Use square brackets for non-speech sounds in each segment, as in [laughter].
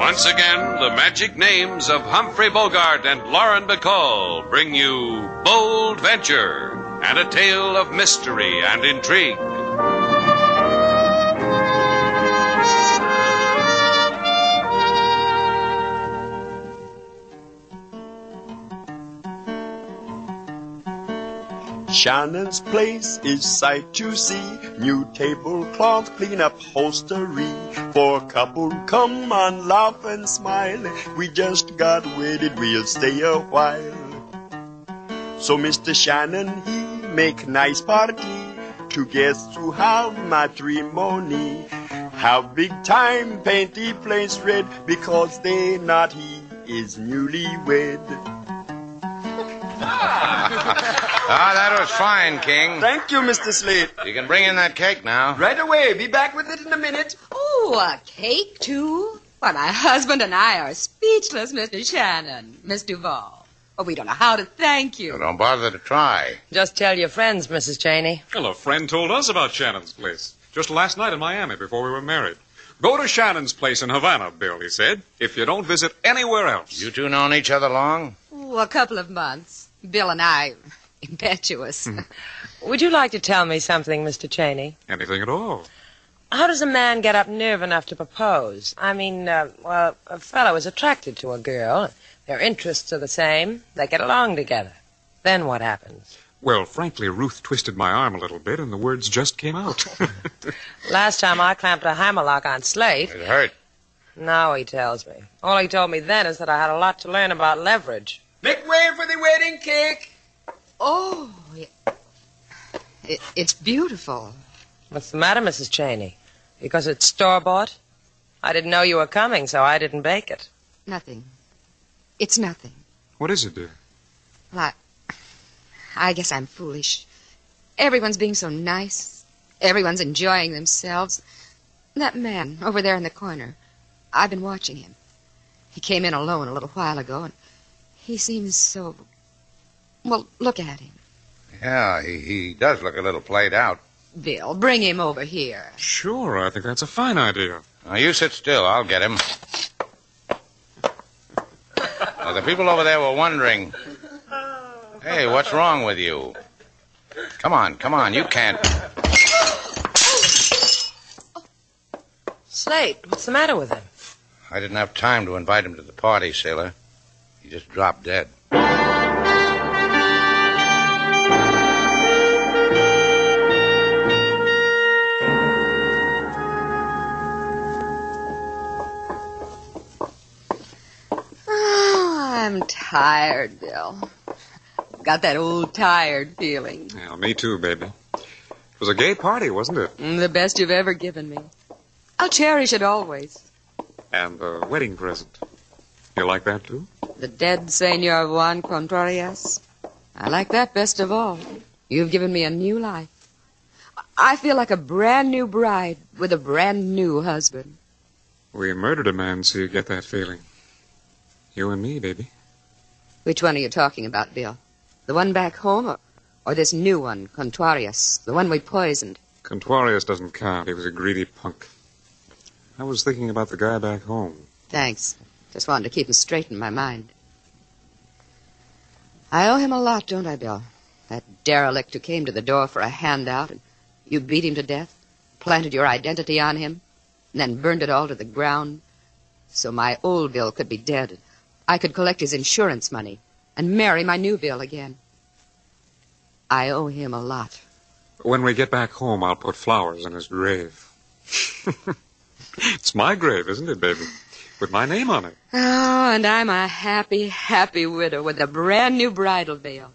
Once again, the magic names of Humphrey Bogart and Lauren Bacall bring you Bold Venture and a tale of mystery and intrigue. Shannon's place is sight to see. New tablecloth, clean upholstery. For couple, come on, laugh and smile. We just got wedded, we'll stay a while. So Mr. Shannon, he make nice party to guests who have matrimony. Have big time, paint the place red because they not he is newlywed. Ah, [laughs] that was fine, King. Thank you, Mr. Slade. You can bring in that cake now. Right away. Be back with it in a minute. Oh, a cake, too? Why, my husband and I are speechless, Mr. Shannon, Miss Duval. Oh, we don't know how to thank you. Don't bother to try. Just tell your friends, Mrs. Cheney. Well, a friend told us about Shannon's place just last night in Miami before we were married. Go to Shannon's place in Havana, Bill, he said, if you don't visit anywhere else. You two known each other long? Oh, a couple of months. Bill and I, [laughs] impetuous. Hmm. [laughs] Would you like to tell me something, Mr. Cheney? Anything at all. How does a man get up nerve enough to propose? I mean, uh, well, a fellow is attracted to a girl. Their interests are the same. They get along together. Then what happens? Well, frankly, Ruth twisted my arm a little bit, and the words just came out. [laughs] Last time I clamped a hammerlock on Slate. [laughs] It hurt. Now he tells me. All he told me then is that I had a lot to learn about leverage. Make way for the wedding cake. Oh, it, it, it's beautiful. What's the matter, Mrs. Cheney? Because it's store bought? I didn't know you were coming, so I didn't bake it. Nothing. It's nothing. what is it, dear? Well, I, I guess I'm foolish. Everyone's being so nice. Everyone's enjoying themselves. That man over there in the corner, I've been watching him. He came in alone a little while ago, and he seems so. Well, look at him. Yeah, he, he does look a little played out. Bill, bring him over here. Sure, I think that's a fine idea. Now, you sit still. I'll get him. Now, the people over there were wondering hey, what's wrong with you? Come on, come on. You can't. Slate, what's the matter with him? I didn't have time to invite him to the party, sailor. He just dropped dead. Oh, I'm tired, Bill. Got that old tired feeling. Yeah, me too, baby. It was a gay party, wasn't it? Mm, The best you've ever given me. I'll cherish it always. And a wedding present. You like that, too? The dead Senor Juan Contreras. I like that best of all. You've given me a new life. I feel like a brand new bride with a brand new husband. We murdered a man so you get that feeling. You and me, baby. Which one are you talking about, Bill? The one back home or, or this new one, Contreras, the one we poisoned? Contuarius doesn't count. He was a greedy punk. I was thinking about the guy back home. Thanks. Just wanted to keep him straight in my mind. I owe him a lot, don't I, Bill? That derelict who came to the door for a handout and you beat him to death, planted your identity on him, and then burned it all to the ground so my old Bill could be dead. I could collect his insurance money and marry my new Bill again. I owe him a lot. When we get back home, I'll put flowers in his grave. [laughs] it's my grave, isn't it, baby? With my name on it. Oh, and I'm a happy, happy widow with a brand new bridal veil.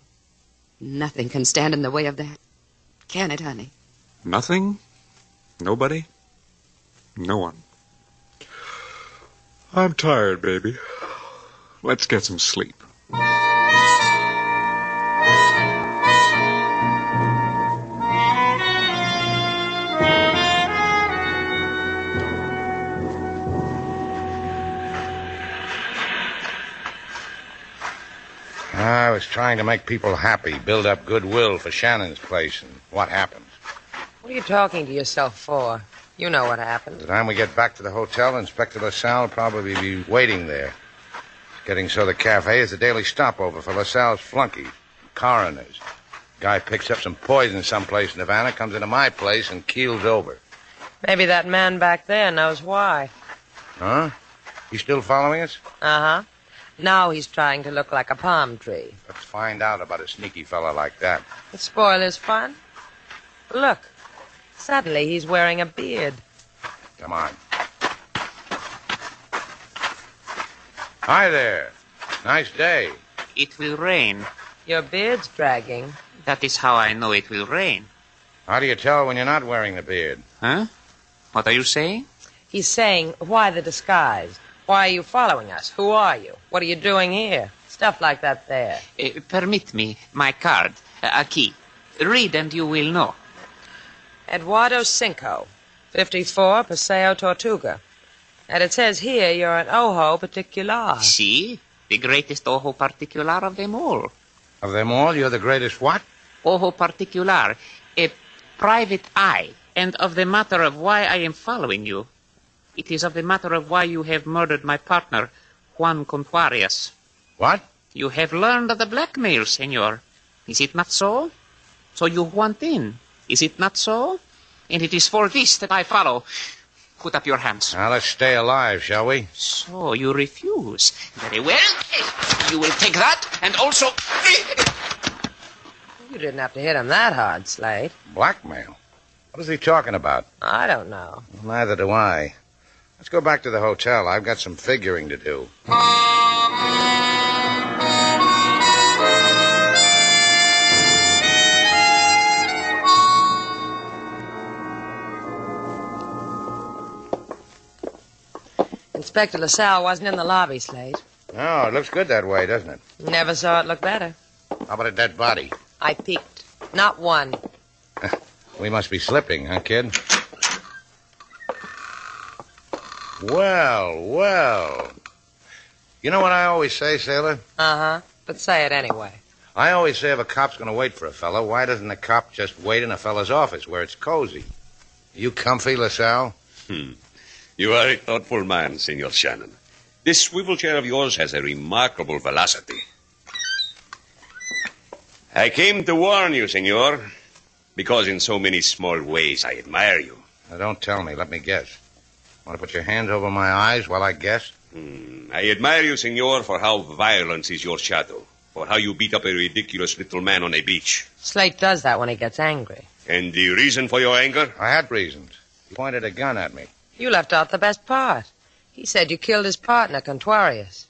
Nothing can stand in the way of that. Can it, honey? Nothing? Nobody? No one. I'm tired, baby. Let's get some sleep. I was trying to make people happy, build up goodwill for Shannon's place, and what happened? What are you talking to yourself for? You know what happened. By the time we get back to the hotel, Inspector LaSalle will probably be waiting there. It's getting so the cafe is the daily stopover for LaSalle's flunkies, coroners. Guy picks up some poison someplace in Havana, comes into my place, and keels over. Maybe that man back there knows why. Huh? You still following us? Uh huh. Now he's trying to look like a palm tree. Let's find out about a sneaky fella like that. It spoil his fun. Look, suddenly he's wearing a beard. Come on. Hi there. Nice day. It will rain. Your beard's dragging. That is how I know it will rain. How do you tell when you're not wearing the beard? Huh? What are you saying? He's saying, Why the disguise? Why are you following us? Who are you? What are you doing here? Stuff like that there. Uh, permit me, my card, uh, a key. Read and you will know. Eduardo Cinco, 54 Paseo Tortuga. And it says here you're an Ojo particular. See? The greatest ojo particular of them all. Of them all, you're the greatest what? Ojo particular, a private eye. And of the matter of why I am following you, it is of the matter of why you have murdered my partner, Juan Contuarias. What? You have learned of the blackmail, senor. Is it not so? So you want in. Is it not so? And it is for this that I follow. Put up your hands. Now let's stay alive, shall we? So you refuse. Very well. You will take that and also. You didn't have to hit him that hard, Slade. Blackmail. What is he talking about? I don't know. Neither do I. Let's go back to the hotel. I've got some figuring to do. Inspector LaSalle wasn't in the lobby, Slade. Oh, it looks good that way, doesn't it? Never saw it look better. How about a dead body? I peeked. Not one. We must be slipping, huh, kid? Well, well. You know what I always say, sailor? Uh huh. But say it anyway. I always say if a cop's going to wait for a fella, why doesn't the cop just wait in a fella's office where it's cozy? You comfy, LaSalle? You are a thoughtful man, Senor Shannon. This swivel chair of yours has a remarkable velocity. I came to warn you, Senor, because in so many small ways I admire you. Now, don't tell me. Let me guess. Want to put your hands over my eyes while I guess? Hmm, I admire you, Senor, for how violence is your shadow, for how you beat up a ridiculous little man on a beach. Slade does that when he gets angry. And the reason for your anger? I had reasons. He pointed a gun at me. You left out the best part. He said you killed his partner, Contuarius.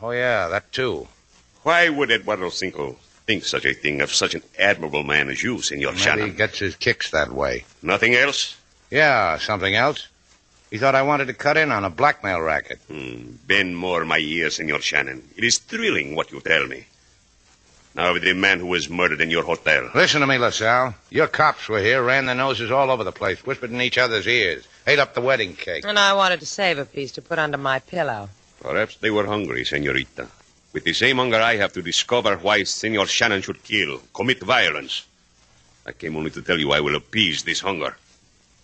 Oh, yeah, that too. Why would Eduardo Cinco think such a thing of such an admirable man as you, Senor Maybe he Shannon? gets his kicks that way. Nothing else? Yeah, something else. He thought I wanted to cut in on a blackmail racket. Hmm, bend more my ear, Senor Shannon. It is thrilling what you tell me. Now of the man who was murdered in your hotel. Listen to me, LaSalle. Your cops were here, ran their noses all over the place, whispered in each other's ears, ate up the wedding cake. And I wanted to save a piece to put under my pillow. Perhaps they were hungry, Senorita. With the same hunger, I have to discover why Senor Shannon should kill, commit violence. I came only to tell you I will appease this hunger.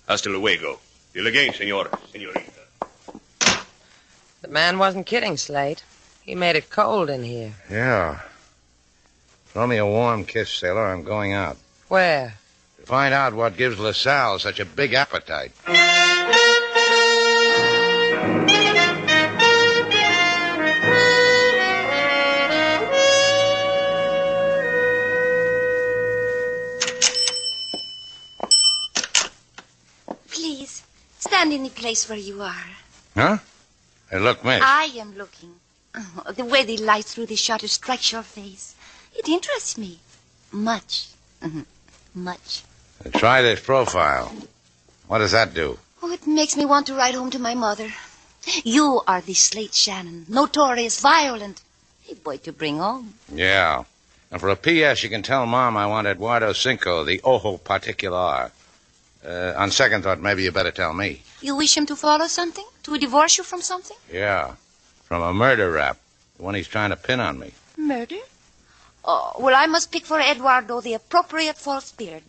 Hasta luego. Till again, Senor, Senorita. The man wasn't kidding, Slade. He made it cold in here. Yeah. Throw me a warm kiss, sailor. I'm going out. Where? To find out what gives LaSalle such a big appetite. Please, stand in the place where you are. Huh? Hey, look, miss. Ah. I am looking. Oh, the way the light through the shutter Mm-hmm. strikes your face. It interests me. Much. Mhm. Much. And try this profile. What does that do? Oh, it makes me want to write home to my mother. You are the slate Shannon, notorious, violent. A boy to bring home. Yeah. And for a P.S., you can tell Mom I want Eduardo Cinco, the ojo particular. Uh, on second thought, maybe you better tell me. You wish him to follow something? To divorce you from something? Yeah. From a murder rap. The one he's trying to pin on me. Murder? Oh, well, I must pick for Eduardo the appropriate false beard.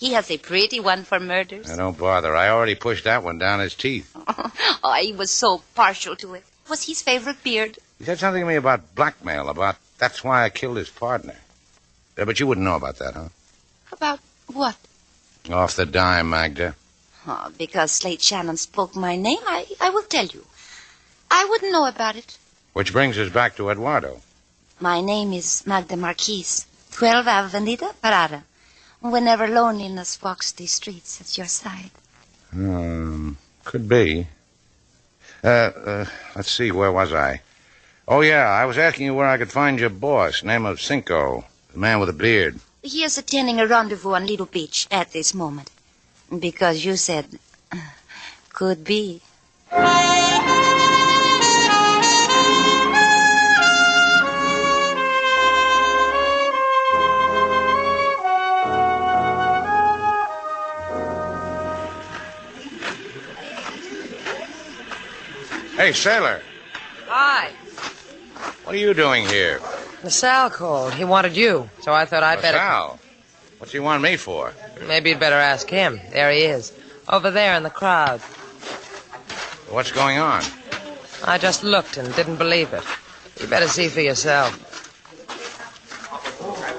He has a pretty one for murders. Now, don't bother. I already pushed that one down his teeth. oh, he was so partial to it. Was his favorite beard? He said something to me about blackmail, about that's why I killed his partner. Yeah, but you wouldn't know about that, huh? About what? Off the dime, Magda. Oh, because Slate Shannon spoke my name, I, I will tell you. I wouldn't know about it. Which brings us back to Eduardo. My name is Magda Marquise, 12 Avenida Parada. Whenever loneliness walks these streets at your side. Hmm. Could be. Uh, uh, let's see, where was I? Oh, yeah, I was asking you where I could find your boss, name of Cinco, the man with the beard. He is attending a rendezvous on Little Beach at this moment. Because you said, could be. Hey, sailor, Hi. what are you doing here? LaSalle called. He wanted you, so I thought I'd better. Sal, what's he want me for? Maybe you'd better ask him. There he is. Over there in the crowd. What's going on? I just looked and didn't believe it. You better see for yourself.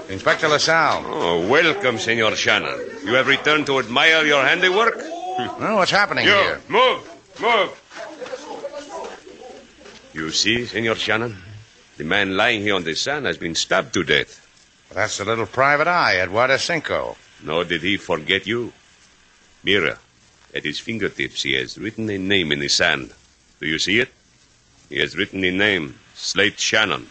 Inspector LaSalle. Oh, welcome, Senor Shannon. You have returned to admire your handiwork? Well, what's happening here? move, move. You see, Senor Shannon, the man lying here on the sand has been stabbed to death. That's the little private eye, Eduardo Cinco. Nor did he forget you. Mira, at his fingertips, he has written a name in the sand. Do you see it? He has written a name, Slate Shannon.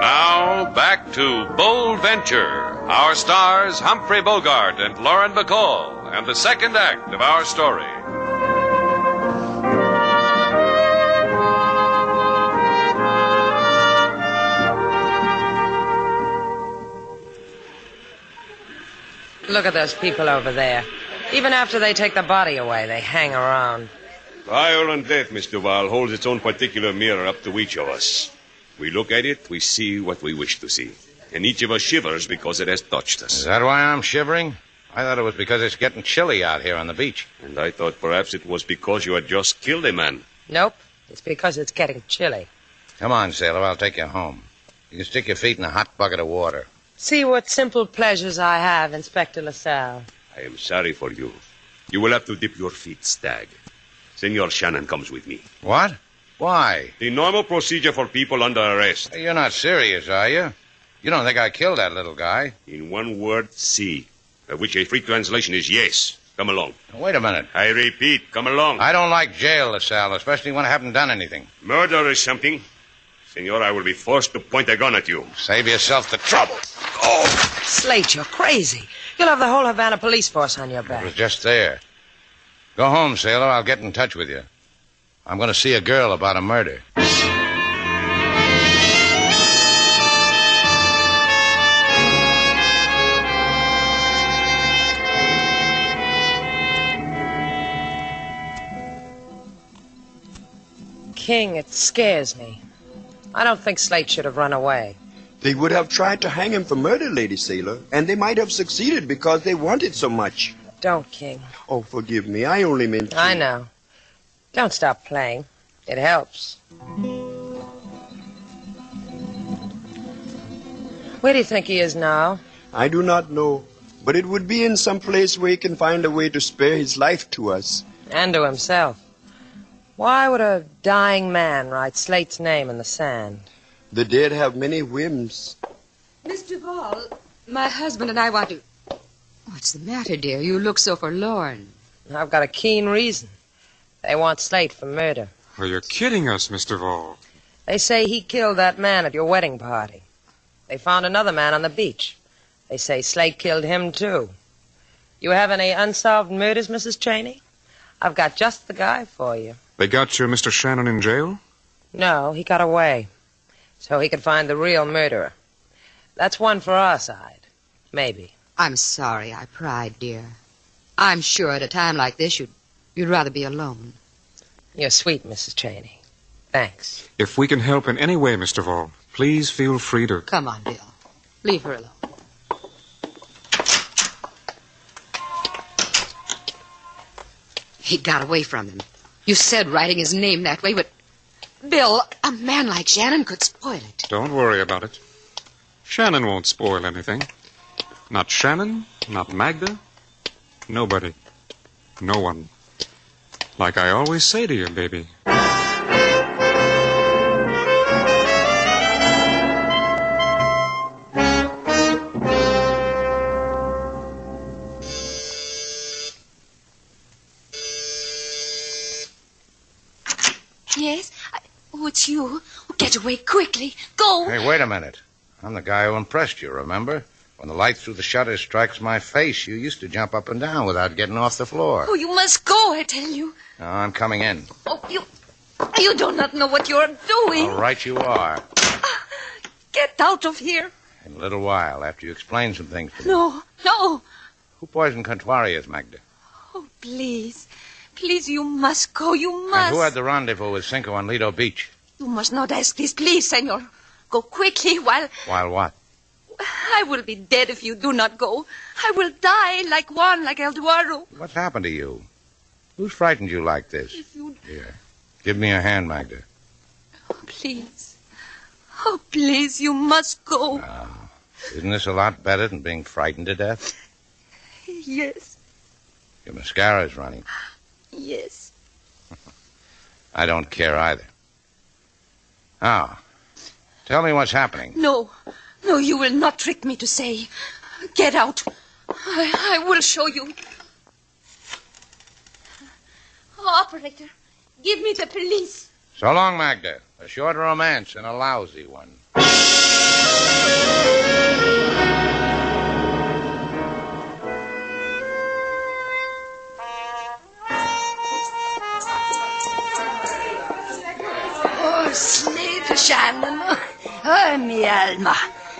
Now, back to Bold Venture. Our stars, Humphrey Bogart and Lauren Bacall, and the second act of our story. Look at those people over there. Even after they take the body away, they hang around. Violent death, Miss Duval, holds its own particular mirror up to each of us. We look at it, we see what we wish to see. And each of us shivers because it has touched Is us. that why I'm shivering? I thought it was because it's getting chilly out here on the beach. And I thought perhaps it was because you had just killed a man. Nope. It's because it's getting chilly. Come on, sailor, I'll take you home. You can stick your feet in a hot bucket of water. See what simple pleasures I have, Inspector LaSalle. I am sorry for you. You will have to dip your feet, Stag. Senor Shannon comes with me. What? Why? The normal procedure for people under arrest. You're not serious, are you? You don't think I killed that little guy? In one word, see. Of which a free translation is yes. Come along. Wait a minute. I repeat, come along. I don't like jail, LaSalle, especially when I haven't done anything. Murder is something. Senor, I will be forced to point a gun at you. Save yourself the trouble. Slate, you're crazy. You'll have the whole Havana police force on your It was back. just there. Go home, sailor. I'll get in touch with you. I'm going to see a girl about a murder. King, it scares me. I don't think Slate should have run away. They would have tried to hang him for murder, Lady Sailor, and they might have succeeded because they wanted so much. Don't, King. Oh, forgive me. I only meant. I know. Don't stop playing. It helps. Where do you think he is now? I do not know, but it would be in some place where he can find a way to spare his life to us. and to himself. Why would a dying man write Slate's name in the sand? The dead have many whims. Miss Duval, my husband and I want to. What's the matter, dear? You look so forlorn. I've got a keen reason. They want Slate for murder. Are you kidding us, Mr. Vall? They say he killed that man at your wedding party. They found another man on the beach. They say Slate killed him, too. You have any unsolved murders, Mrs. Cheney? I've got just the guy for you. They got your Mr. Shannon in jail? No, he got away. So he could find the real murderer. That's one for our side. Maybe. I'm sorry I pried, dear. I'm sure at a time like this you'd, you'd rather be alone. You're sweet, Mrs. Cheney. Thanks. If we can help in any way, Mr. Vall, please feel free to. Come on, Bill. Leave her alone. He got away from him. You said writing his name that way, but Bill, a man like Shannon could spoil it. Don't worry about it. Shannon won't spoil anything. Not Shannon, not Magda, nobody, no one. Like I always say to you, baby. Yes? I, oh, it's you. Oh, get away quickly. Go. Hey, wait a minute. I'm the guy who impressed you, remember? When the light through the shutter strikes my face, you used to jump up and down without getting off the floor. Oh, you must go, I tell you. No, I'm coming in. Oh, you. You do not know what you're doing. All right, you are. Get out of here. In a little while, after you explain some things to me. No, no. Who poisoned Contwarius, Magda? Oh, please. Please, you must go. You must. And who had the rendezvous with Cinco on Lido Beach? You must not ask this, please, senor. Go quickly while While what? I will be dead if you do not go. I will die like Juan, like El Duaro. What's happened to you? Who's frightened you like this? If you Here, give me a hand, Magda. oh, please. Oh, please, you must go. Ah. Isn't this a lot better than being frightened to death? Yes, Your mascara's running. yes. I don't care either. Now, tell me what's happening. No, no, you will not trick me to say. Get out. I, I will show you. Oh, operator, give me the police. So long, Magda. A short romance and a lousy one. Oh, Slade, Shannon. Oh, mi alma.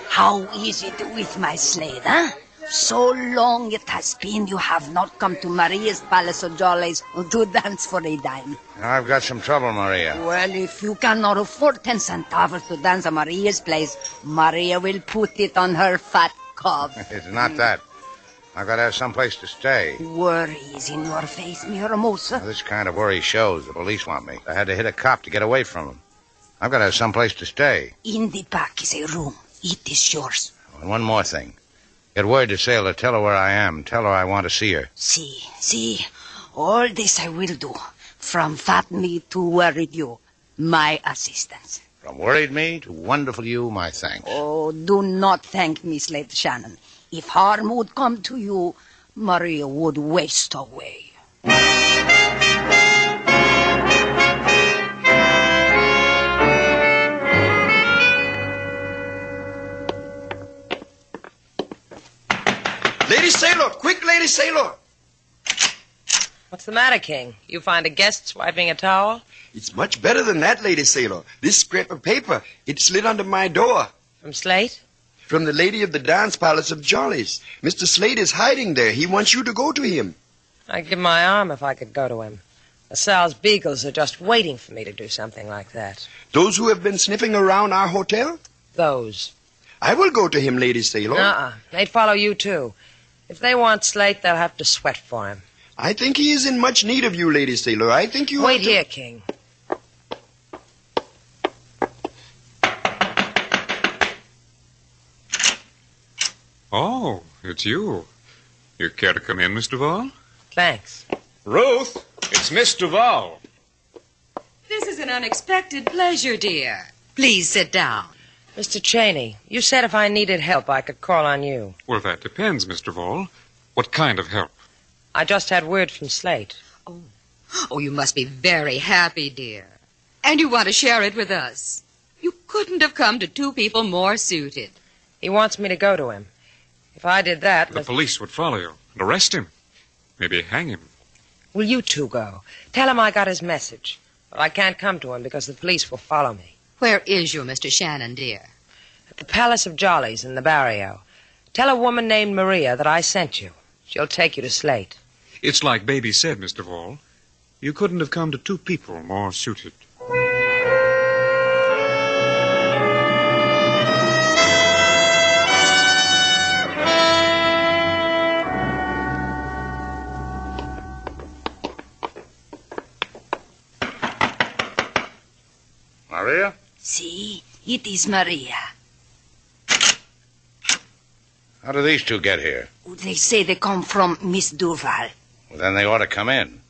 How is it with my Slade, huh? So long it has been you have not come to Maria's Palace of Jollies to [laughs] dance for a dime. I've got some trouble, Maria. Well, if you cannot afford ten centavos to dance at Maria's place, Maria will put it on her fat cob. [laughs] It's Hmm. not that. I've got to have someplace to stay. Worry is in your face, mi Now, hermosa. This kind of worry shows the police want me. I had to hit a cop to get away from them. I've got to have someplace to stay. In the back is a room. It is yours. And one more thing. Get word to Sailor. Tell her where I am. Tell her I want to see her. See, see, all this I will do. From fat me to worried you, my assistance. From worried me to wonderful you, my thanks. Oh, do not thank me, Slade Shannon. If harm would come to you, Maria would waste away. Lady Sailor, quick, Lady Sailor. What's the matter, King? You find a guest swiping a towel? It's much better than that, Lady Sailor. This scrap of paper, it slid under my door From Slate? from the lady of the dance palace of Jollies. Mr. Slade is hiding there. He wants you to go to him. I'd give my arm if I could go to him. LaSalle's beagles are just waiting for me to do something like that. Those who have been sniffing around our hotel? Those. I will go to him, Lady Sailor. Uh-uh. They'd follow you, too. If they want Slate, they'll have to sweat for him. I think he is in much need of you, Lady Sailor. I think you. Wait ought to- here, King. Oh, it's you. You care to come in, Mr. Vall? Thanks. Ruth! It's Miss Duval. This is an unexpected pleasure, dear. Please sit down. Mr. Cheney, you said if I needed help, I could call on you. Well, that depends, Miss Duval. What kind of help? I just had word from Slate. Oh, you must be very happy, dear. And you want to share it with us. You couldn't have come to two people more suited. He wants me to go to him. If I did that, The police would follow you and arrest him. Maybe hang him. will you two go? Tell him I got his message. But I can't come to him because the police will follow me. Where is your Mr. Shannon, dear? At the Palace of Jollies in the barrio. Tell a woman named Maria that I sent you. She'll take you to Slate. It's like Baby said, Miss Duval. You couldn't have come to two people more suited. Maria? See, it is Maria. How do these two get here? They say they come from Miss Duval. Well, then they ought to come in.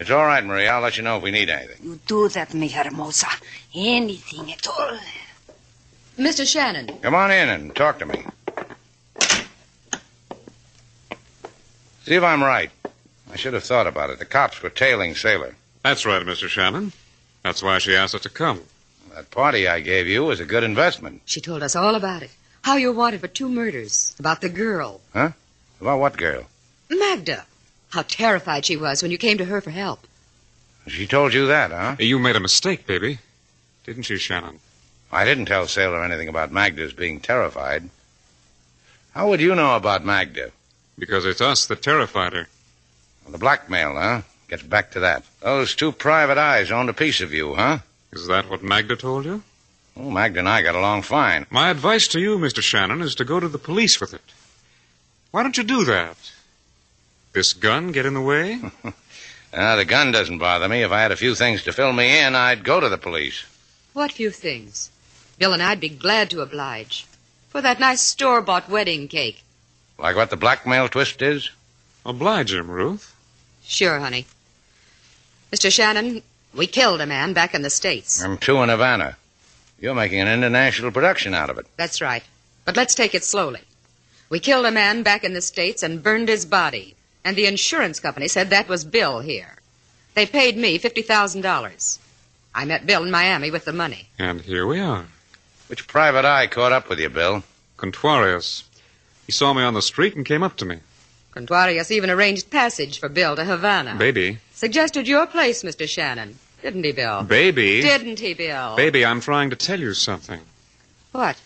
It's all right, Maria. I'll let you know if we need anything. You do that, mi hermosa. Anything at all. Mr. Shannon, Come on in and talk to me. See if I'm right. I should have thought about it. The cops were tailing Sailor. That's right, Mr. Shannon. That's why she asked us to come. That party I gave you was a good investment. she told us all about it. How you're wanted for two murders. About the girl, About what girl? Magda. How terrified she was when you came to her for help. She told you that, huh? You made a mistake, baby. Didn't you, Shannon? I didn't tell Sailor anything about Magda's being terrified. How would you know about Magda? Because it's us that terrified her. The blackmail, huh? Gets back to that. Those two private eyes owned a piece of you, huh? Is that what Magda told you? Well, Magda and I got along fine. My advice to you, Mr. Shannon, is to go to the police with it. Why don't you do that? This gun get in [laughs] the way? Uh, the gun doesn't bother me. If I had a few things to fill me in, I'd go to the police. What few things. Bill and I'd be glad to oblige. For that nice store bought wedding cake. Like what the blackmail twist is? Oblige him, Ruth. Sure, honey. Mr. Shannon, we killed a man back in the States. I'm two in Havana. You're making an international production out of it. That's right. But let's take it slowly. We killed a man back in the States and burned his body. And the insurance company said that was Bill here. They paid me $50,000. I met Bill in Miami with the money. And here we are. Which private eye caught up with you, Bill? Contuarius. He saw me on the street and came up to me. Contreras even arranged passage for Bill to Havana. Baby. Suggested your place, Mr. Shannon. Didn't he, Bill? Baby. Didn't he, Bill? Baby, I'm trying to tell you something. What?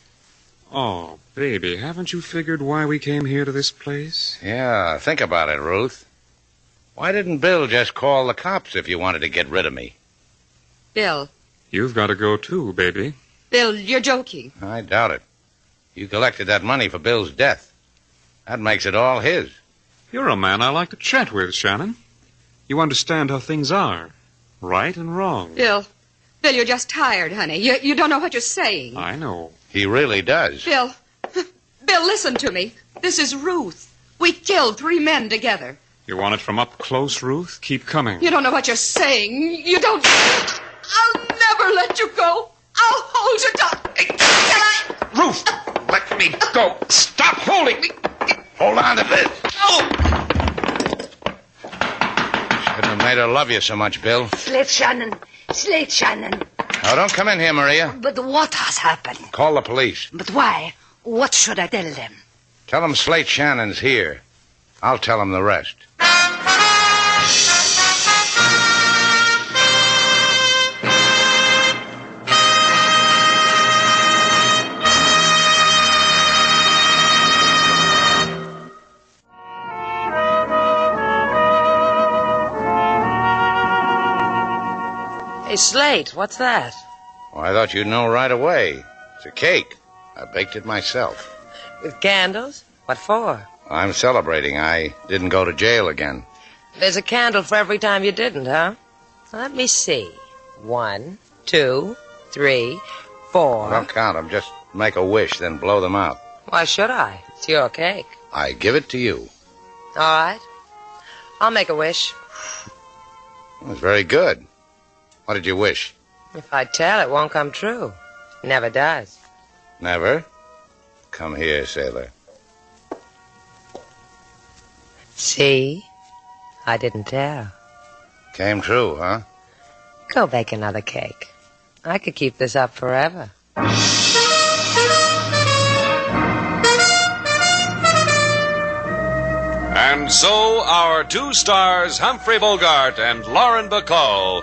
Oh, baby, haven't you figured why we came here to this place? Yeah, think about it, Ruth. Why didn't Bill just call the cops if you wanted to get rid of me? Bill. You've got to go too, baby. Bill, you're joking. I doubt it. You collected that money for Bill's death. That makes it all his. You're a man I like to chat with, Shannon. You understand how things are, right and wrong. Bill. Bill, you're just tired, honey. You, you don't know what you're saying. I know. He really does. Bill, [laughs] Bill, listen to me. This is Ruth. We killed three men together. You want it from up close, Ruth? Keep coming. You don't know what you're saying. You don't. I'll never let you go. I'll hold you down. Can I? Ruth, [laughs] let me go. Stop holding me. Hold on to this. Shouldn't have made her love you so much, Bill. Slate Shannon. Slate Shannon. Now, don't come in here, Maria. But what has happened? Call the police. But why? What should I tell them? Tell them Slate Shannon's here. I'll tell them the rest. Hey, Slate, what's that? Oh, I thought you'd know right away. It's a cake. I baked it myself. With candles? What for? I'm celebrating. I didn't go to jail again. There's a candle for every time you didn't, huh? Let me see. One, two, three, four. Don't count them. Just make a wish, then blow them out. Why should I? It's your cake. I give it to you. All right. I'll make a wish. That was very good. What did you wish? If I tell, it won't come true. Never does. Never? Come here, sailor. See? I didn't tell. Came true, huh? Go bake another cake. I could keep this up forever. And so our two stars, Humphrey Bogart and Lauren Bacall,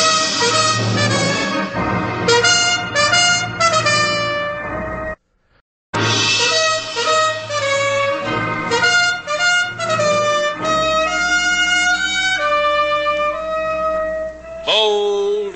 Bold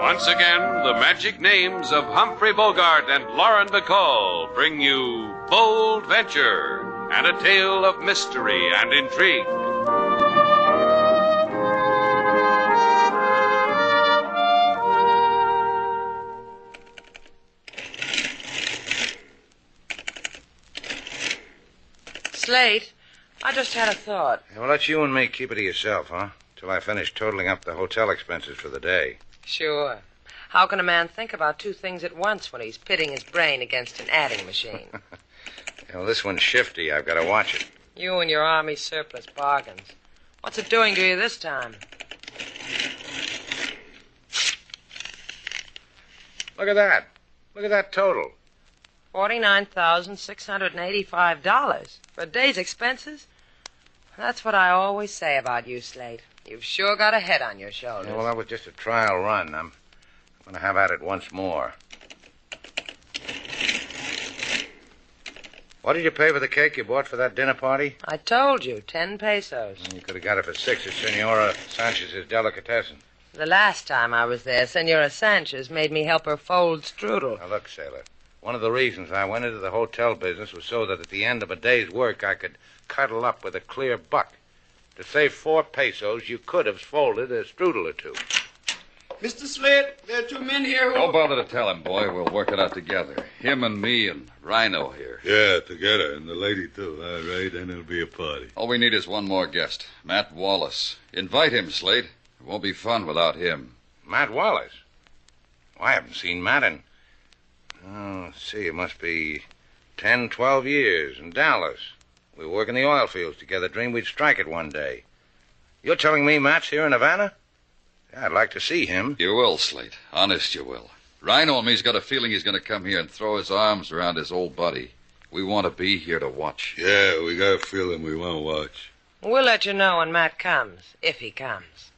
Once again, the magic names of Humphrey Bogart and Lauren Bacall bring you Bold Venture and a tale of mystery and intrigue. Slate, I just had a thought. Yeah, Well, let you and me keep it to yourself, huh? Till I finish totaling up the hotel expenses for the day. Sure. How can a man think about two things at once when he's pitting his brain against an adding machine? You know, this one's shifty. I've got to watch it. you and your army surplus bargains. What's it doing to you this time? Look at that. Look at that total. $49,685 for a day's expenses? That's what I always say about you, Slate. You've sure got a head on your shoulders. Yeah, well, that was just a trial run. I'm going to have at it once more. What did you pay for the cake you bought for that dinner party? I told you, 10 pesos. You could have got it for six at Senora Sanchez's delicatessen. The last time I was there, Senora Sanchez made me help her fold strudel. Now, look, sailor. One of the reasons I went into the hotel business was so that at the end of a day's work, I could cuddle up with a clear buck. To save four pesos, you could have folded a strudel or two. Mr. Slade, there are two men here who. Oh, Don't bother to tell him, boy. We'll work it out together. Him and me and Rhino here. Yeah, together, and the lady too. All right, then it'll be a party. All we need is one more guest, Matt Wallace. Invite him, Slate. It won't be fun without him. Matt Wallace. Well, I haven't seen Matt in. Oh, let's see, it must be ten, twelve years in Dallas. We work in the oil fields together. Dreamed we'd strike it one day. You're telling me Matt's here in Havana? Yeah, I'd like to see him. You will, Slate. Honest, you will. Rhino and me's got a feeling he's going to come here and throw his arms around his old buddy. We want to be here to watch. Yeah, we got a feeling we want to watch. We'll let you know when Matt comes, if he comes.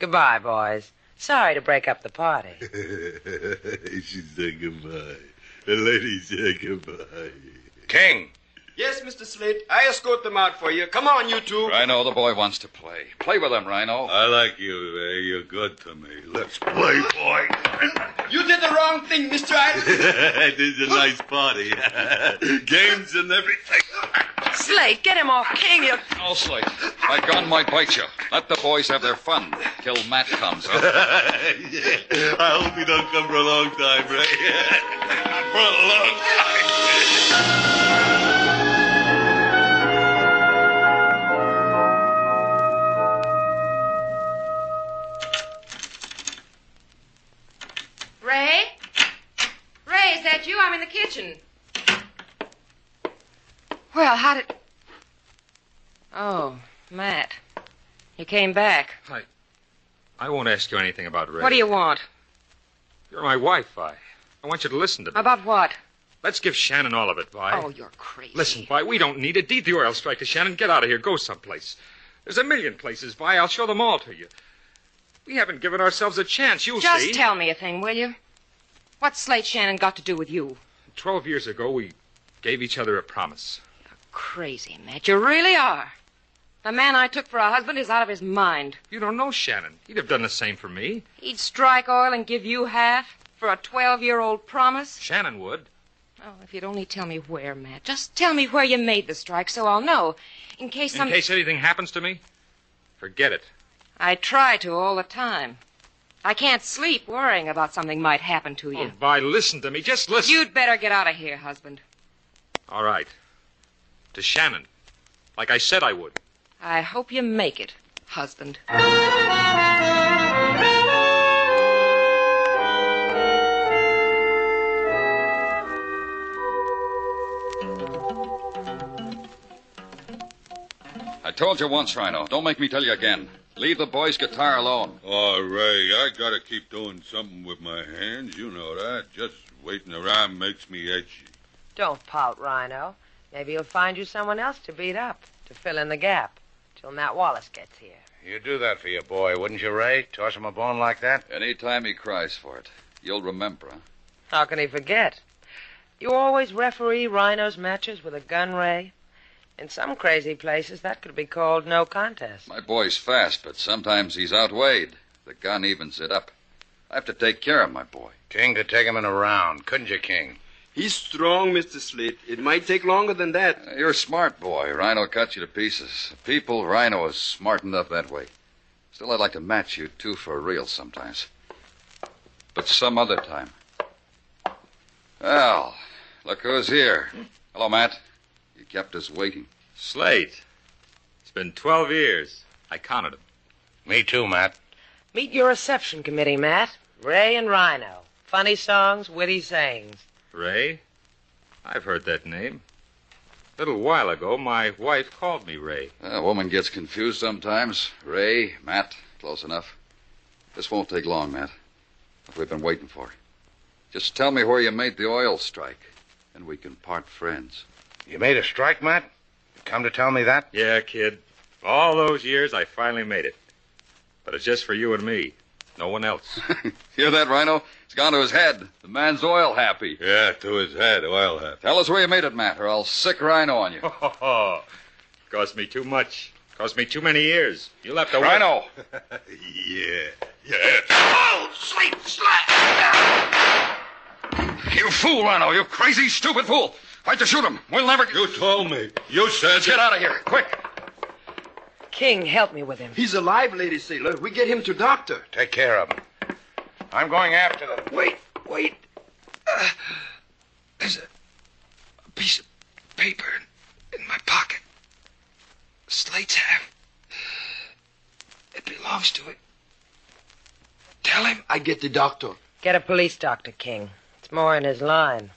Goodbye, boys. Sorry to break up the party. [laughs] she said goodbye. The lady said goodbye. King! Yes, Mr. Slade, I escort them out for you. Come on, you two. Rhino, the boy wants to play. Play with him, Rhino. I like you, Ray. You're good to me. Let's play, boy. You did the wrong thing, Mr. [laughs] Idle. [laughs] this is a nice party. [laughs] Games and everything. Slate, get him off King. You... Oh, Slate. My gun might bite you. Let the boys have their fun till Matt comes [laughs] up. I hope you don't come for a long time, Ray. [laughs] for a long time. Ray? Ray, is that you? I'm in the kitchen. Well, how did. Oh, Matt. He came back. I, I won't ask you anything about Ray. What do you want? You're my wife, Vi. I want you to listen to me. About what? Let's give Shannon all of it, Vi. Oh, you're crazy. Listen, Vi, we don't need it. Deed the oil strike to Shannon. Get out of here. Go someplace. There's a million places, Vi. I'll show them all to you. We haven't given ourselves a chance. You'll Just see. tell me a thing, will you? What's Slate Shannon got to do with you? Twelve years ago, we gave each other a promise. Crazy, Matt. You really are. The man I took for a husband is out of his mind. You don't know Shannon. He'd have done the same for me. He'd strike oil and give you half for a 12 year old promise? Shannon would. Oh, if you'd only tell me where, Matt. Just tell me where you made the strike so I'll know. In case In some. case anything happens to me, forget it. I try to all the time. I can't sleep worrying about something might happen to you. Oh, Vi, listen to me. Just listen. You'd better get out of here, husband. All right. To Shannon. Like I said I would. I hope you make it, husband. I told you once, Rhino. Don't make me tell you again. Leave the boy's guitar alone. Oh, Ray, I gotta keep doing something with my hands. You know that. Just waiting around makes me itchy. Don't pout, Rhino. Maybe he'll find you someone else to beat up, to fill in the gap, till Matt Wallace gets here. You'd do that for your boy, wouldn't you, Ray? Toss him a bone like that? Any time he cries for it, you'll remember. Huh? How can he forget? You always referee Rhino's matches with a gun, Ray? In some crazy places, that could be called no contest. My boy's fast, but sometimes he's outweighed. The gun evens it up. I have to take care of my boy. King could take him in a round, couldn't you, King? He's strong, Mr. Slate. It might take longer than that. Uh, You're smart, boy. Rhino cut you to pieces. People, Rhino is smart enough that way. Still, I'd like to match you two for real sometimes. But some other time. Well, look who's here. Hello, Matt. You kept us waiting. Slate. It's been 12 years. I counted them. Me too, Matt. Meet your reception committee, Matt. Ray and Rhino. Funny songs, witty sayings. Ray? I've heard that name. A little while ago, my wife called me Ray. A woman gets confused sometimes. Ray, Matt, close enough. This won't take long, Matt. What we've been waiting for. Just tell me where you made the oil strike, and we can part friends. You made a strike, Matt? You come to tell me that? Yeah, kid. All those years, I finally made it. But it's just for you and me. No one else. [laughs] Hear that, Rhino? It's gone to his head. The man's oil happy. Yeah, to his head, oil happy. Tell us where you made it, Matt, or I'll sick Rhino on you. Oh, [laughs] cost me too much. Cost me too many years. You'll have to [laughs] Rhino. yeah. Yeah. Oh, sleep, slap! You fool, Rhino. You crazy, stupid fool. Why'd you shoot him? We'll never. You told me. You said. Let's get out of here, quick. King, help me with him. He's alive, Lady Sailor. We get him to doctor. Take care of him. I'm going after them. Wait, wait. Uh, there's a, a piece of paper in, in my pocket. Slate's half. It belongs to it. Tell him I get the doctor. Get a police doctor, King. It's more in his line.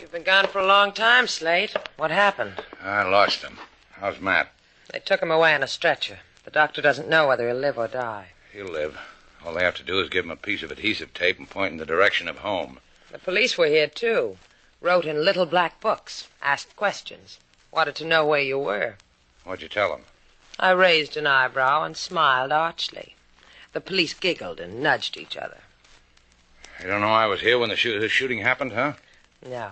You've been gone for a long time, Slate. What happened? I lost him. How's Matt? They took him away on a stretcher. The doctor doesn't know whether he'll live or die. He'll live. All they have to do is give him a piece of adhesive tape and point in the direction of home. The police were here, too. Wrote in little black books, asked questions, wanted to know where you were. What'd you tell him? I raised an eyebrow and smiled archly. The police giggled and nudged each other. You don't know I was here when the, shoo- the shooting happened, huh? No.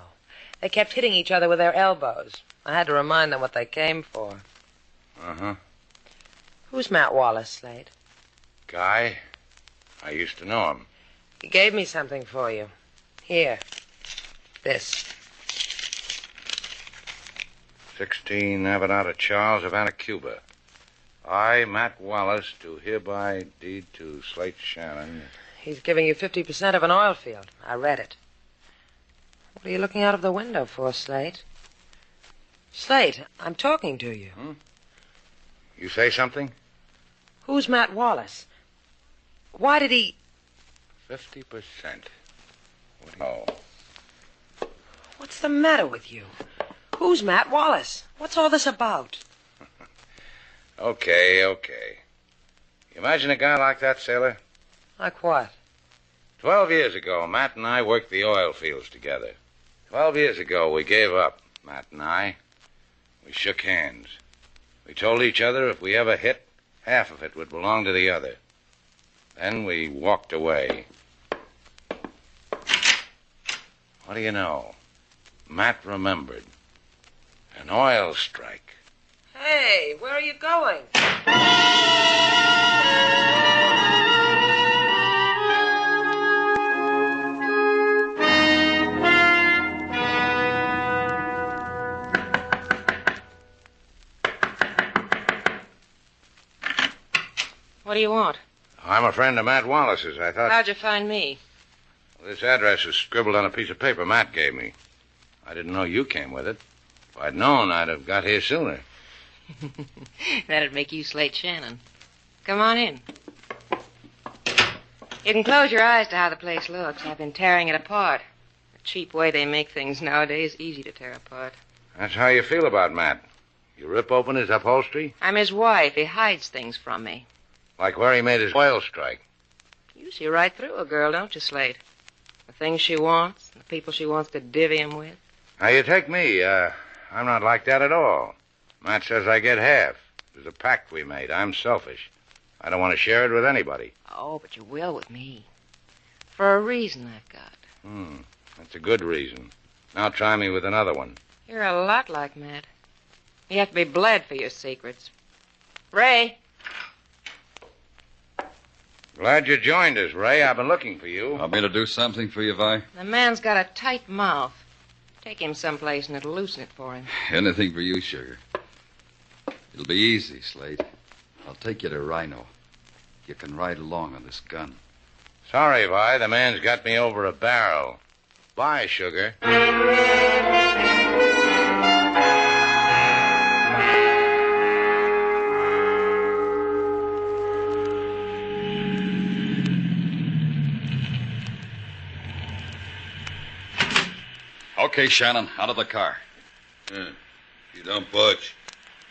They kept hitting each other with their elbows. I had to remind them what they came for. Uh huh. Who's Matt Wallace, Slade? Guy? I used to know him. He gave me something for you. Here. This. 16 Avenada Charles, Havana, Cuba. I, Matt Wallace, do hereby deed to Slate Shannon. He's giving you 50% of an oil field. I read it. What are you looking out of the window for, Slate? Slate, I'm talking to you. You say something? Who's Matt Wallace? Why did he. Fifty percent. Oh. What's the matter with you? Who's Matt Wallace? What's all this about? Okay, okay. You imagine a guy like that, sailor? Like what? Twelve years ago, Matt and I worked the oil fields together. Twelve years ago, we gave up, Matt and I. We shook hands. We told each other if we ever hit, half of it would belong to the other. Then we walked away. What do you know? Matt remembered. An oil strike. Hey, where are you going? What do you want? I'm a friend of Matt Wallace's. I thought How'd you find me? [laughs] this address is scribbled on a piece of paper Matt gave me. I didn't know you came with it. If I'd known, I'd have got here sooner. That'd make you slate Shannon. Come on in. You can close your eyes to how the place looks. I've been tearing it apart. The cheap way they make things nowadays easy to tear apart. That's how you feel about Matt. You rip open his upholstery, I'm his wife. He hides things from me. like where he made his oil strike. You see right through a girl, don't you, Slate? The things she wants, the people she wants to divvy 'em with. Now, you take me. Uh, I'm not like that at all. Matt says I get half. It was a pact we made. I'm selfish. I don't want to share it with anybody. Oh, but you will with me. For a reason I've got. Hmm. That's a good reason. Now try me with another one. You're a lot like Matt. You have to be bled for your secrets. Ray, Glad you joined us, Ray. I've been looking for you. Want me to do something for you, Vi? the man's got a tight mouth. Take him someplace and it'll loosen it for him. Anything for you, sugar. It'll be easy, Slade. I'll take you to Rhino. You can ride along on this gun. Sorry, Vi. The man's got me over a barrel. Bye, sugar. Okay, Shannon, out of the car. Yeah. You don't budge.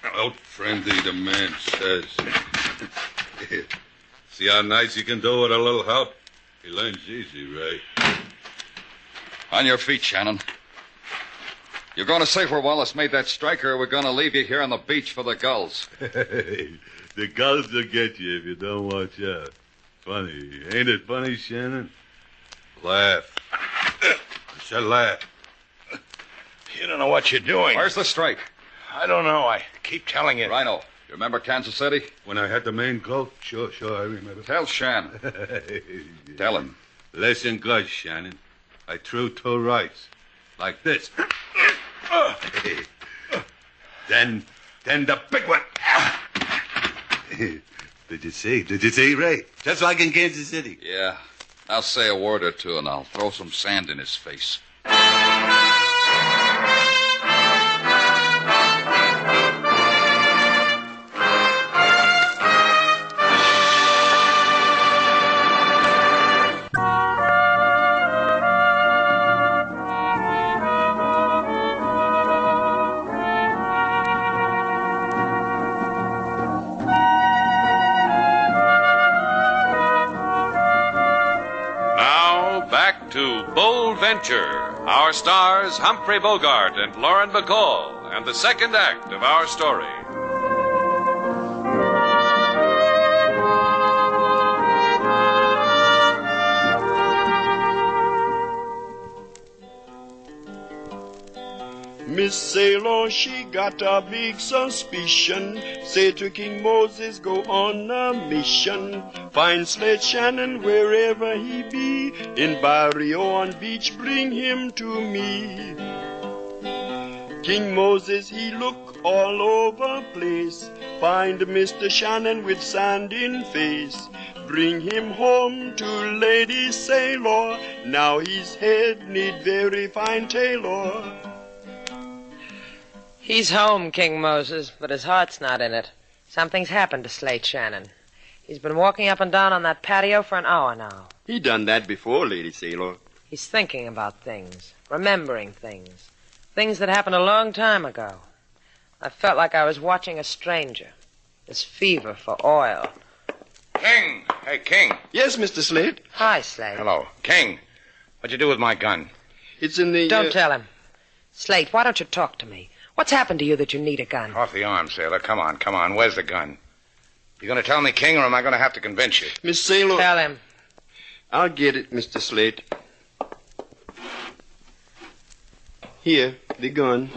Out friendly, the man says. [laughs] See how nice you can do with a little help? He learns easy, Ray. On your feet, Shannon. You're going to say where Wallace made that strike, or we're going to leave you here on the beach for the gulls. [laughs] the gulls will get you if you don't watch out. Funny. Ain't it funny, Shannon? Laugh. I said laugh. You don't know what you're doing. Where's the strike? I don't know. I keep telling you. Rhino, you remember Kansas City? When I had the main coat? Sure, sure, I remember. [laughs] Tell Shannon. Tell him. Listen good, Shannon. I threw two rights. Like [coughs] this. then, then the big one. [coughs] Did you see? Did you see, Ray? Just like in Kansas City. Yeah. I'll say a word or two, and I'll throw some sand in his face. Now, back to Bold Venture. Our stars, Humphrey Bogart and Lauren Bacall, and the second act of our story. Miss Sailor, she got a big suspicion. Say to King Moses, go on a mission. Find Sled Shannon wherever he be. In Barrio on beach, bring him to me. King Moses, he look all over place. Find Mr. Shannon with sand in face. Bring him home to Lady Sailor. Now his head need very fine tailor. He's home, King Moses, but his heart's not in it. Something's happened to Slate Shannon. He's been walking up and down on that patio for an hour now. He done that before, Lady Sailor. He's thinking about things, remembering things, things that happened a long time ago. I felt like I was watching a stranger. This fever for oil. King! Hey, King. Yes, Mr. Slade. Hi, Slate. Hello. King, what'd you do with my gun? It's in the. uh, Don't tell him. Slate, why don't you talk to me? What's happened to you that you need a gun? Off the arm, sailor. Come on, come on. Where's the gun? You going to tell me, King, or am I going to have to convince you? Miss Sailor. Tell him. I'll get it, Mr. Slade. Here, the gun.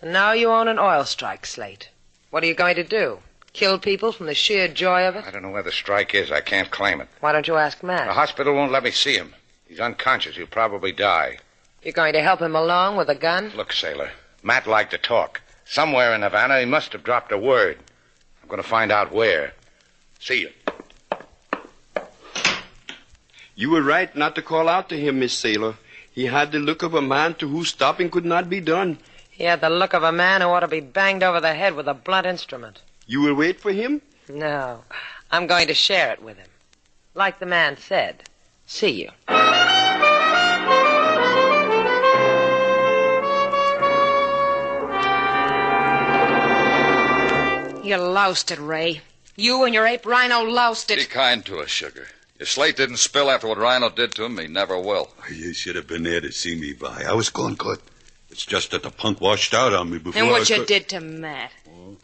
And now you own an oil strike, Slate. What are you going to do? Kill people from the sheer joy of it? I don't know where the strike is. I can't claim it. Why don't you ask Matt? The hospital won't let me see him. He's unconscious. He'll probably die. You're going to help him along with a gun? Look, sailor. Matt liked to talk. Somewhere in Havana, he must have dropped a word. I'm going to find out where. See you. You were right not to call out to him, Miss Sailor. He had the look of a man to whose stopping could not be done. He had the look of a man who ought to be banged over the head with a blunt instrument. You will wait for him? No. I'm going to share it with him. Like the man said. See you. You loused it, Ray. You and your ape rhino loused Be it. kind to us, Sugar. If Slate didn't spill after what Rhino did to him, he never will. You should have been there to see me by. I was going good. It's just that the punk washed out on me before And I what you could- did to Matt.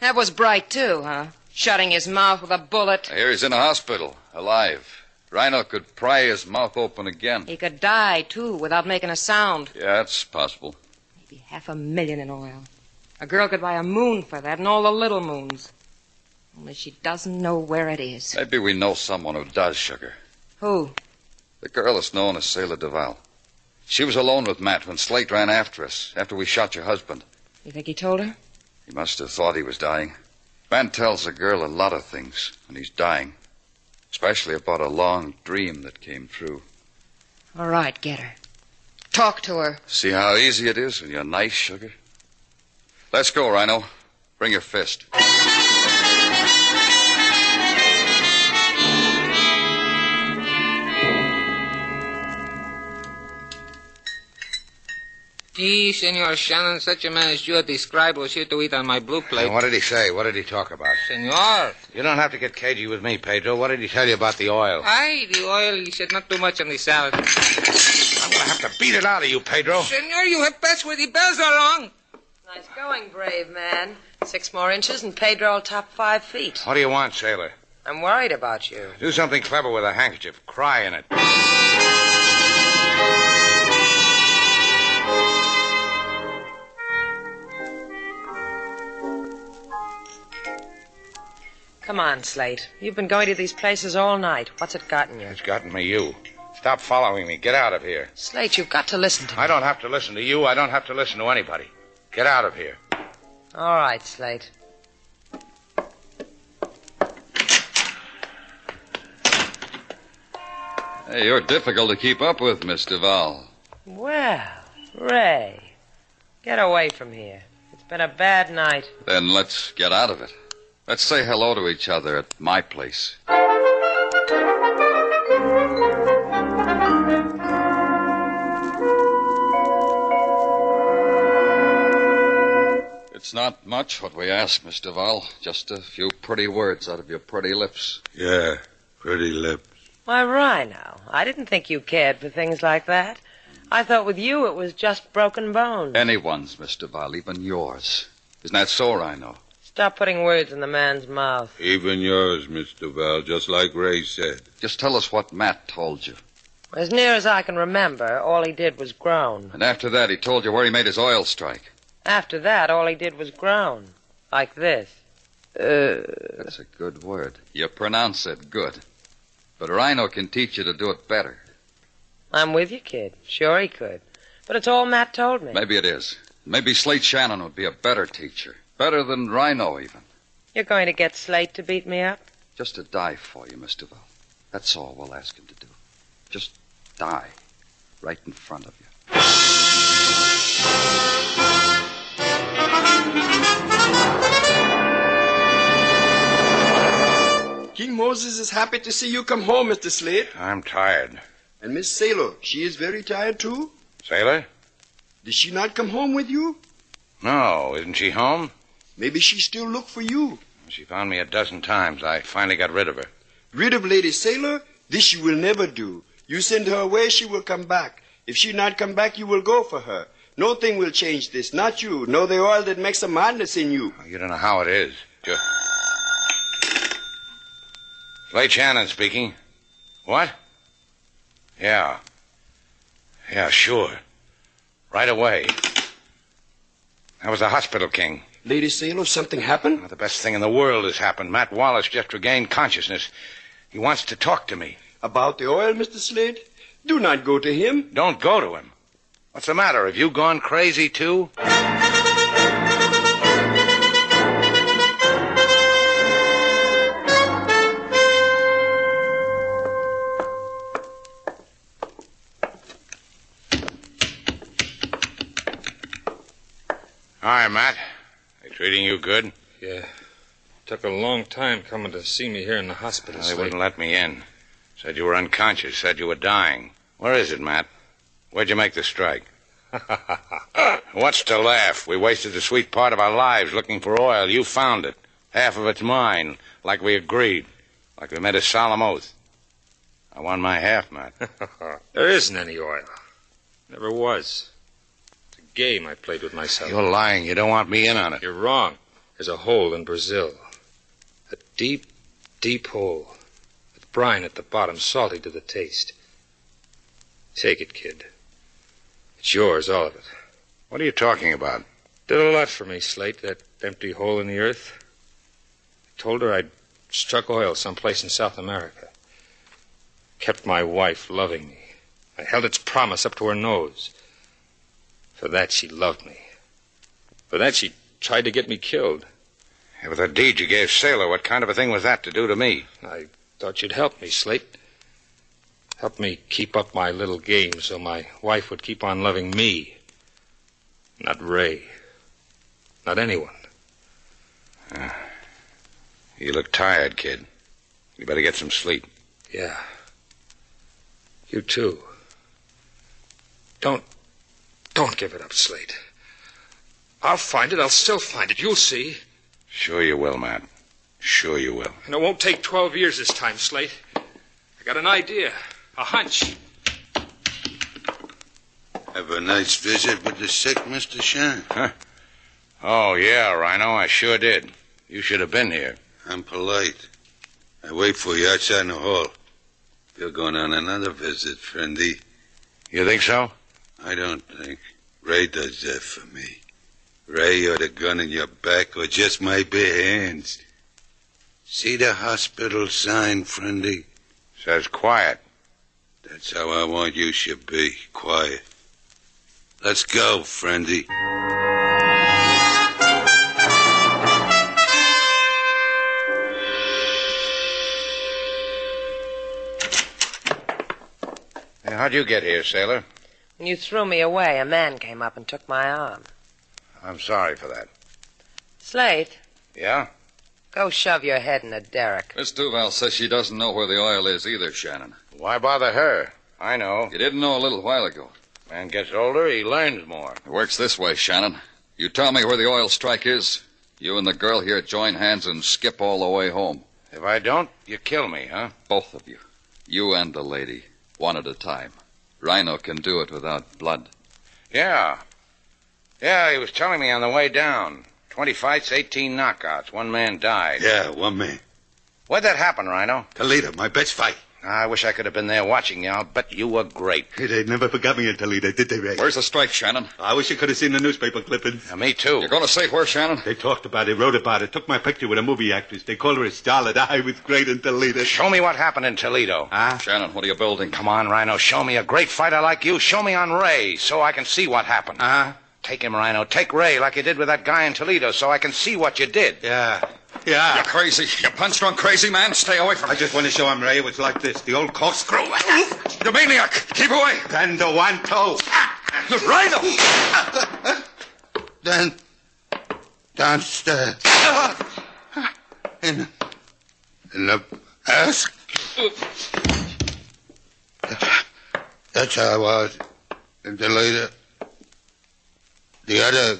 That was bright, too, huh? Shutting his mouth with a bullet. Here he's in a hospital, alive. Rhino could pry his mouth open again. He could die, too, without making a sound. Yeah, it's possible. Half a million in oil. A girl could buy a moon for that and all the little moons. Only she doesn't know where it is. Maybe we know someone who does, Sugar. Who? The girl is known as Sailor Duval. She was alone with Matt when Slate ran after us, after we shot your husband. You think he told her? He must have thought he was dying. Man tells a girl a lot of things when he's dying, especially about a long dream that came true. All right, get her. Talk to her. See how easy it is when you're nice, Sugar? Let's go, Rhino. Bring your fist. Gee, Senor Shannon, such a man as you have described was here to eat on my blue plate. And what did he say? What did he talk about? Senor. You don't have to get cagey with me, Pedro. What did he tell you about the oil? Aye, the oil, he said not too much on the salad. I'm going to have to beat it out of you, Pedro. Senor, you have passed where the bells are rung. Nice going, brave man. Six more inches and Pedro will top five feet. What do you want, sailor? I'm worried about you. Do something clever with a handkerchief. Cry in it. Come on, Slate. You've been going to these places all night. What's it gotten you? It's gotten me you. Stop following me. Get out of here. Slate, you've got to listen to me. I don't have to listen to you. I don't have to listen to anybody. Get out of here. All right, Slate. Hey, you're difficult to keep up with, Miss Duval. Well, Ray, get away from here. It's been a bad night. Then let's get out of it. Let's say hello to each other at my place. It's not much what we ask, Miss Duval. Just a few pretty words out of your pretty lips. Yeah, pretty lip. Why, Rhino, I didn't think you cared for things like that. I thought with you it was just broken bones. Anyone's, Miss Duval, even yours. Isn't that so, Rhino? Stop putting words in the man's mouth. Even yours, Miss Duval, just like Ray said. Just tell us what Matt told you. As near as I can remember, all he did was groan. And after that, he told you where he made his oil strike. After that, all he did was groan. Like this. Uh... That's a good word. You pronounce it good. But Rhino can teach you to do it better. I'm with you, kid. Sure he could. But it's all Matt told me. Maybe it is. Maybe Slate Shannon would be a better teacher. Better than Rhino, even. You're going to get Slate to beat me up? Just to die for you, Miss Duval. That's all we'll ask him to do. Just die. Right in front of you. King Moses is happy to see you come home, Mr. Slade. I'm tired. And Miss Sailor, she is very tired too. Sailor? Did she not come home with you? No, isn't she home? Maybe she still look for you. She found me a dozen times. I finally got rid of her. Rid of Lady Sailor? This you will never do. You send her away, she will come back. If she not come back, you will go for her. Nothing will change this. Not you. No, the oil that makes a madness in you. You don't know how it is. Just... Slade Shannon speaking. What? Yeah. Yeah, sure. Right away. That was the hospital, King. Lady Sailor, something happened? The best thing in the world has happened. Matt Wallace just regained consciousness. He wants to talk to me. About the oil, Mr. Slade? Do not go to him. Don't go to him. What's the matter? Have you gone crazy, too? Hi, Matt. They treating you good? Yeah. Took a long time coming to see me here in the hospital. They wouldn't let me in. Said you were unconscious, said you were dying. Where is it, Matt? Where'd you make the [laughs] strike? What's to laugh? We wasted the sweet part of our lives looking for oil. You found it. Half of it's mine, like we agreed, like we made a solemn oath. I won my half, [laughs] Matt. there isn't any oil. Never was. It's a game I played with myself. You're lying. You don't want me in on it. You're wrong. There's a hole in Brazil. A deep, deep hole. With brine at the bottom, salty to the taste. Take it, kid. It's yours, all of it. What are you talking about? Did a lot for me, Slate, that empty hole in the earth. I told her I'd struck oil someplace in South America. Kept my wife loving me. I held its promise up to her nose. For that, she loved me. For that, she tried to get me killed. It was a deed you gave Sailor. What kind of a thing was that to do to me? I thought you'd help me, Slate. Help me keep up my little game so my wife would keep on loving me. Not Ray. Not anyone. Uh, you look tired, kid. You better get some sleep. Yeah. You too. Don't. Don't give it up, Slate. I'll find it. I'll still find it. You'll see. Sure you will, Matt. Sure you will. And it won't take 12 years this time, Slate. I got an idea, a hunch. Have a nice visit with the sick, Mr. Shannon. Huh? Oh, yeah, Rhino, I sure did. You should have been here. I'm polite. I wait for you outside in the hall. Oh, You're going on another visit, friendy. You think so? I don't think. Ray does that for me. Ray or the gun in your back or just my bare hands. See the hospital sign, friendy? Says quiet. That's how I want you should be. Quiet. Let's go, friendy. Hey, how'd you get here, sailor? When you threw me away, a man came up and took my arm. I'm sorry for that. Slate, Yeah? go shove your head in a derrick. Miss Duval says she doesn't know where the oil is either, Shannon. Why bother her? I know. You didn't know a little while ago. Man gets older, he learns more. It works this way, Shannon. You tell me where the oil strike is. You and the girl here join hands and skip all the way home. If I don't, you kill me, huh? Both of you. You and the lady. One at a time. Rhino can do it without blood. Yeah. Yeah, he was telling me on the way down. 20 fights, 18 knockouts. One man died. Yeah, one man. Where'd that happen, Rhino? Toledo, my best fight. I wish I could have been there watching you. I'll bet you were great. They never forgot me in Toledo, did they, Ray? Where's the strike, Shannon? I wish you could have seen the newspaper clippings. Yeah, me too. You're going to say where, Shannon? They talked about it, wrote about it, took my picture with a movie actress. They called her a starlet. I was great in Toledo. Show me what happened in Toledo. Huh? Shannon, what are you building? Come on, Rhino. Show me a great fighter like you. Show me on Ray so I can see what happened. Huh? Take him, Rhino. Take Ray like you did with that guy in Toledo so I can see what you did. Yeah. Yeah. You're crazy. You punch drunk crazy man. Stay away from I me. just want to show him, Ray, it was like this. The old corkscrew. You maniac. Keep away. Then the one toe. Look, Rhino. Then downstairs. In, in the Ask. [laughs] That's how I was. And the later, the other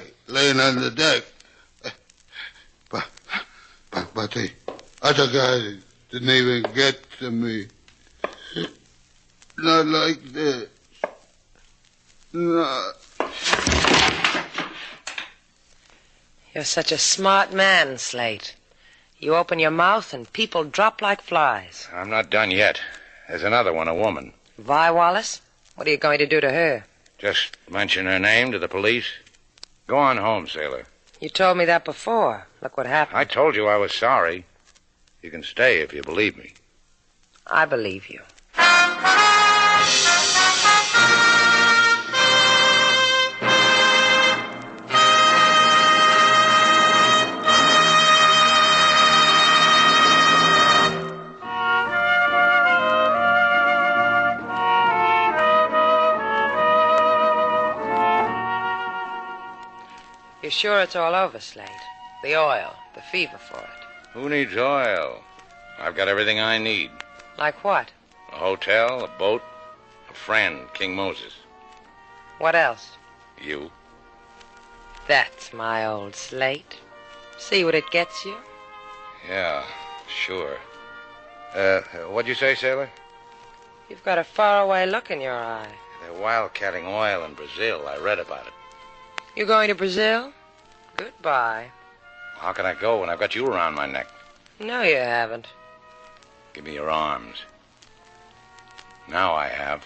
guy laying on the deck. But, but, but the other guy didn't even get to me. Not like this. No. You're such a smart man, Slate. You open your mouth and people drop like flies. I'm not done yet. There's another one, a woman. Vi Wallace, what are you going to do to her? Just mention her name to the police. Go on home, sailor. You told me that before. Look what happened. I told you I was sorry. You can stay if you believe me. I believe you. You're sure it's all over, Slade? The oil, the fever for it. Who needs oil? I've got everything I need Like what? a hotel, a boat, a friend, King Moses. What else? You. That's my old slate. See what it gets you? Yeah, sure. Uh, what'd you say, sailor? You've got a faraway look in your eye. They're wildcatting oil in Brazil. I read about it. You going to Brazil? Goodbye. How can I go when I've got you around my neck? No, you haven't. Give me your arms. Now I have.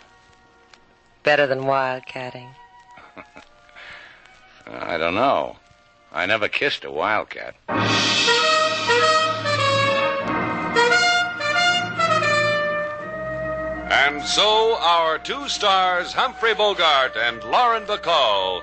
Better than wildcatting. I don't know. I never kissed a wildcat. And so our two stars, Humphrey Bogart and Lauren Bacall,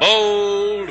Bold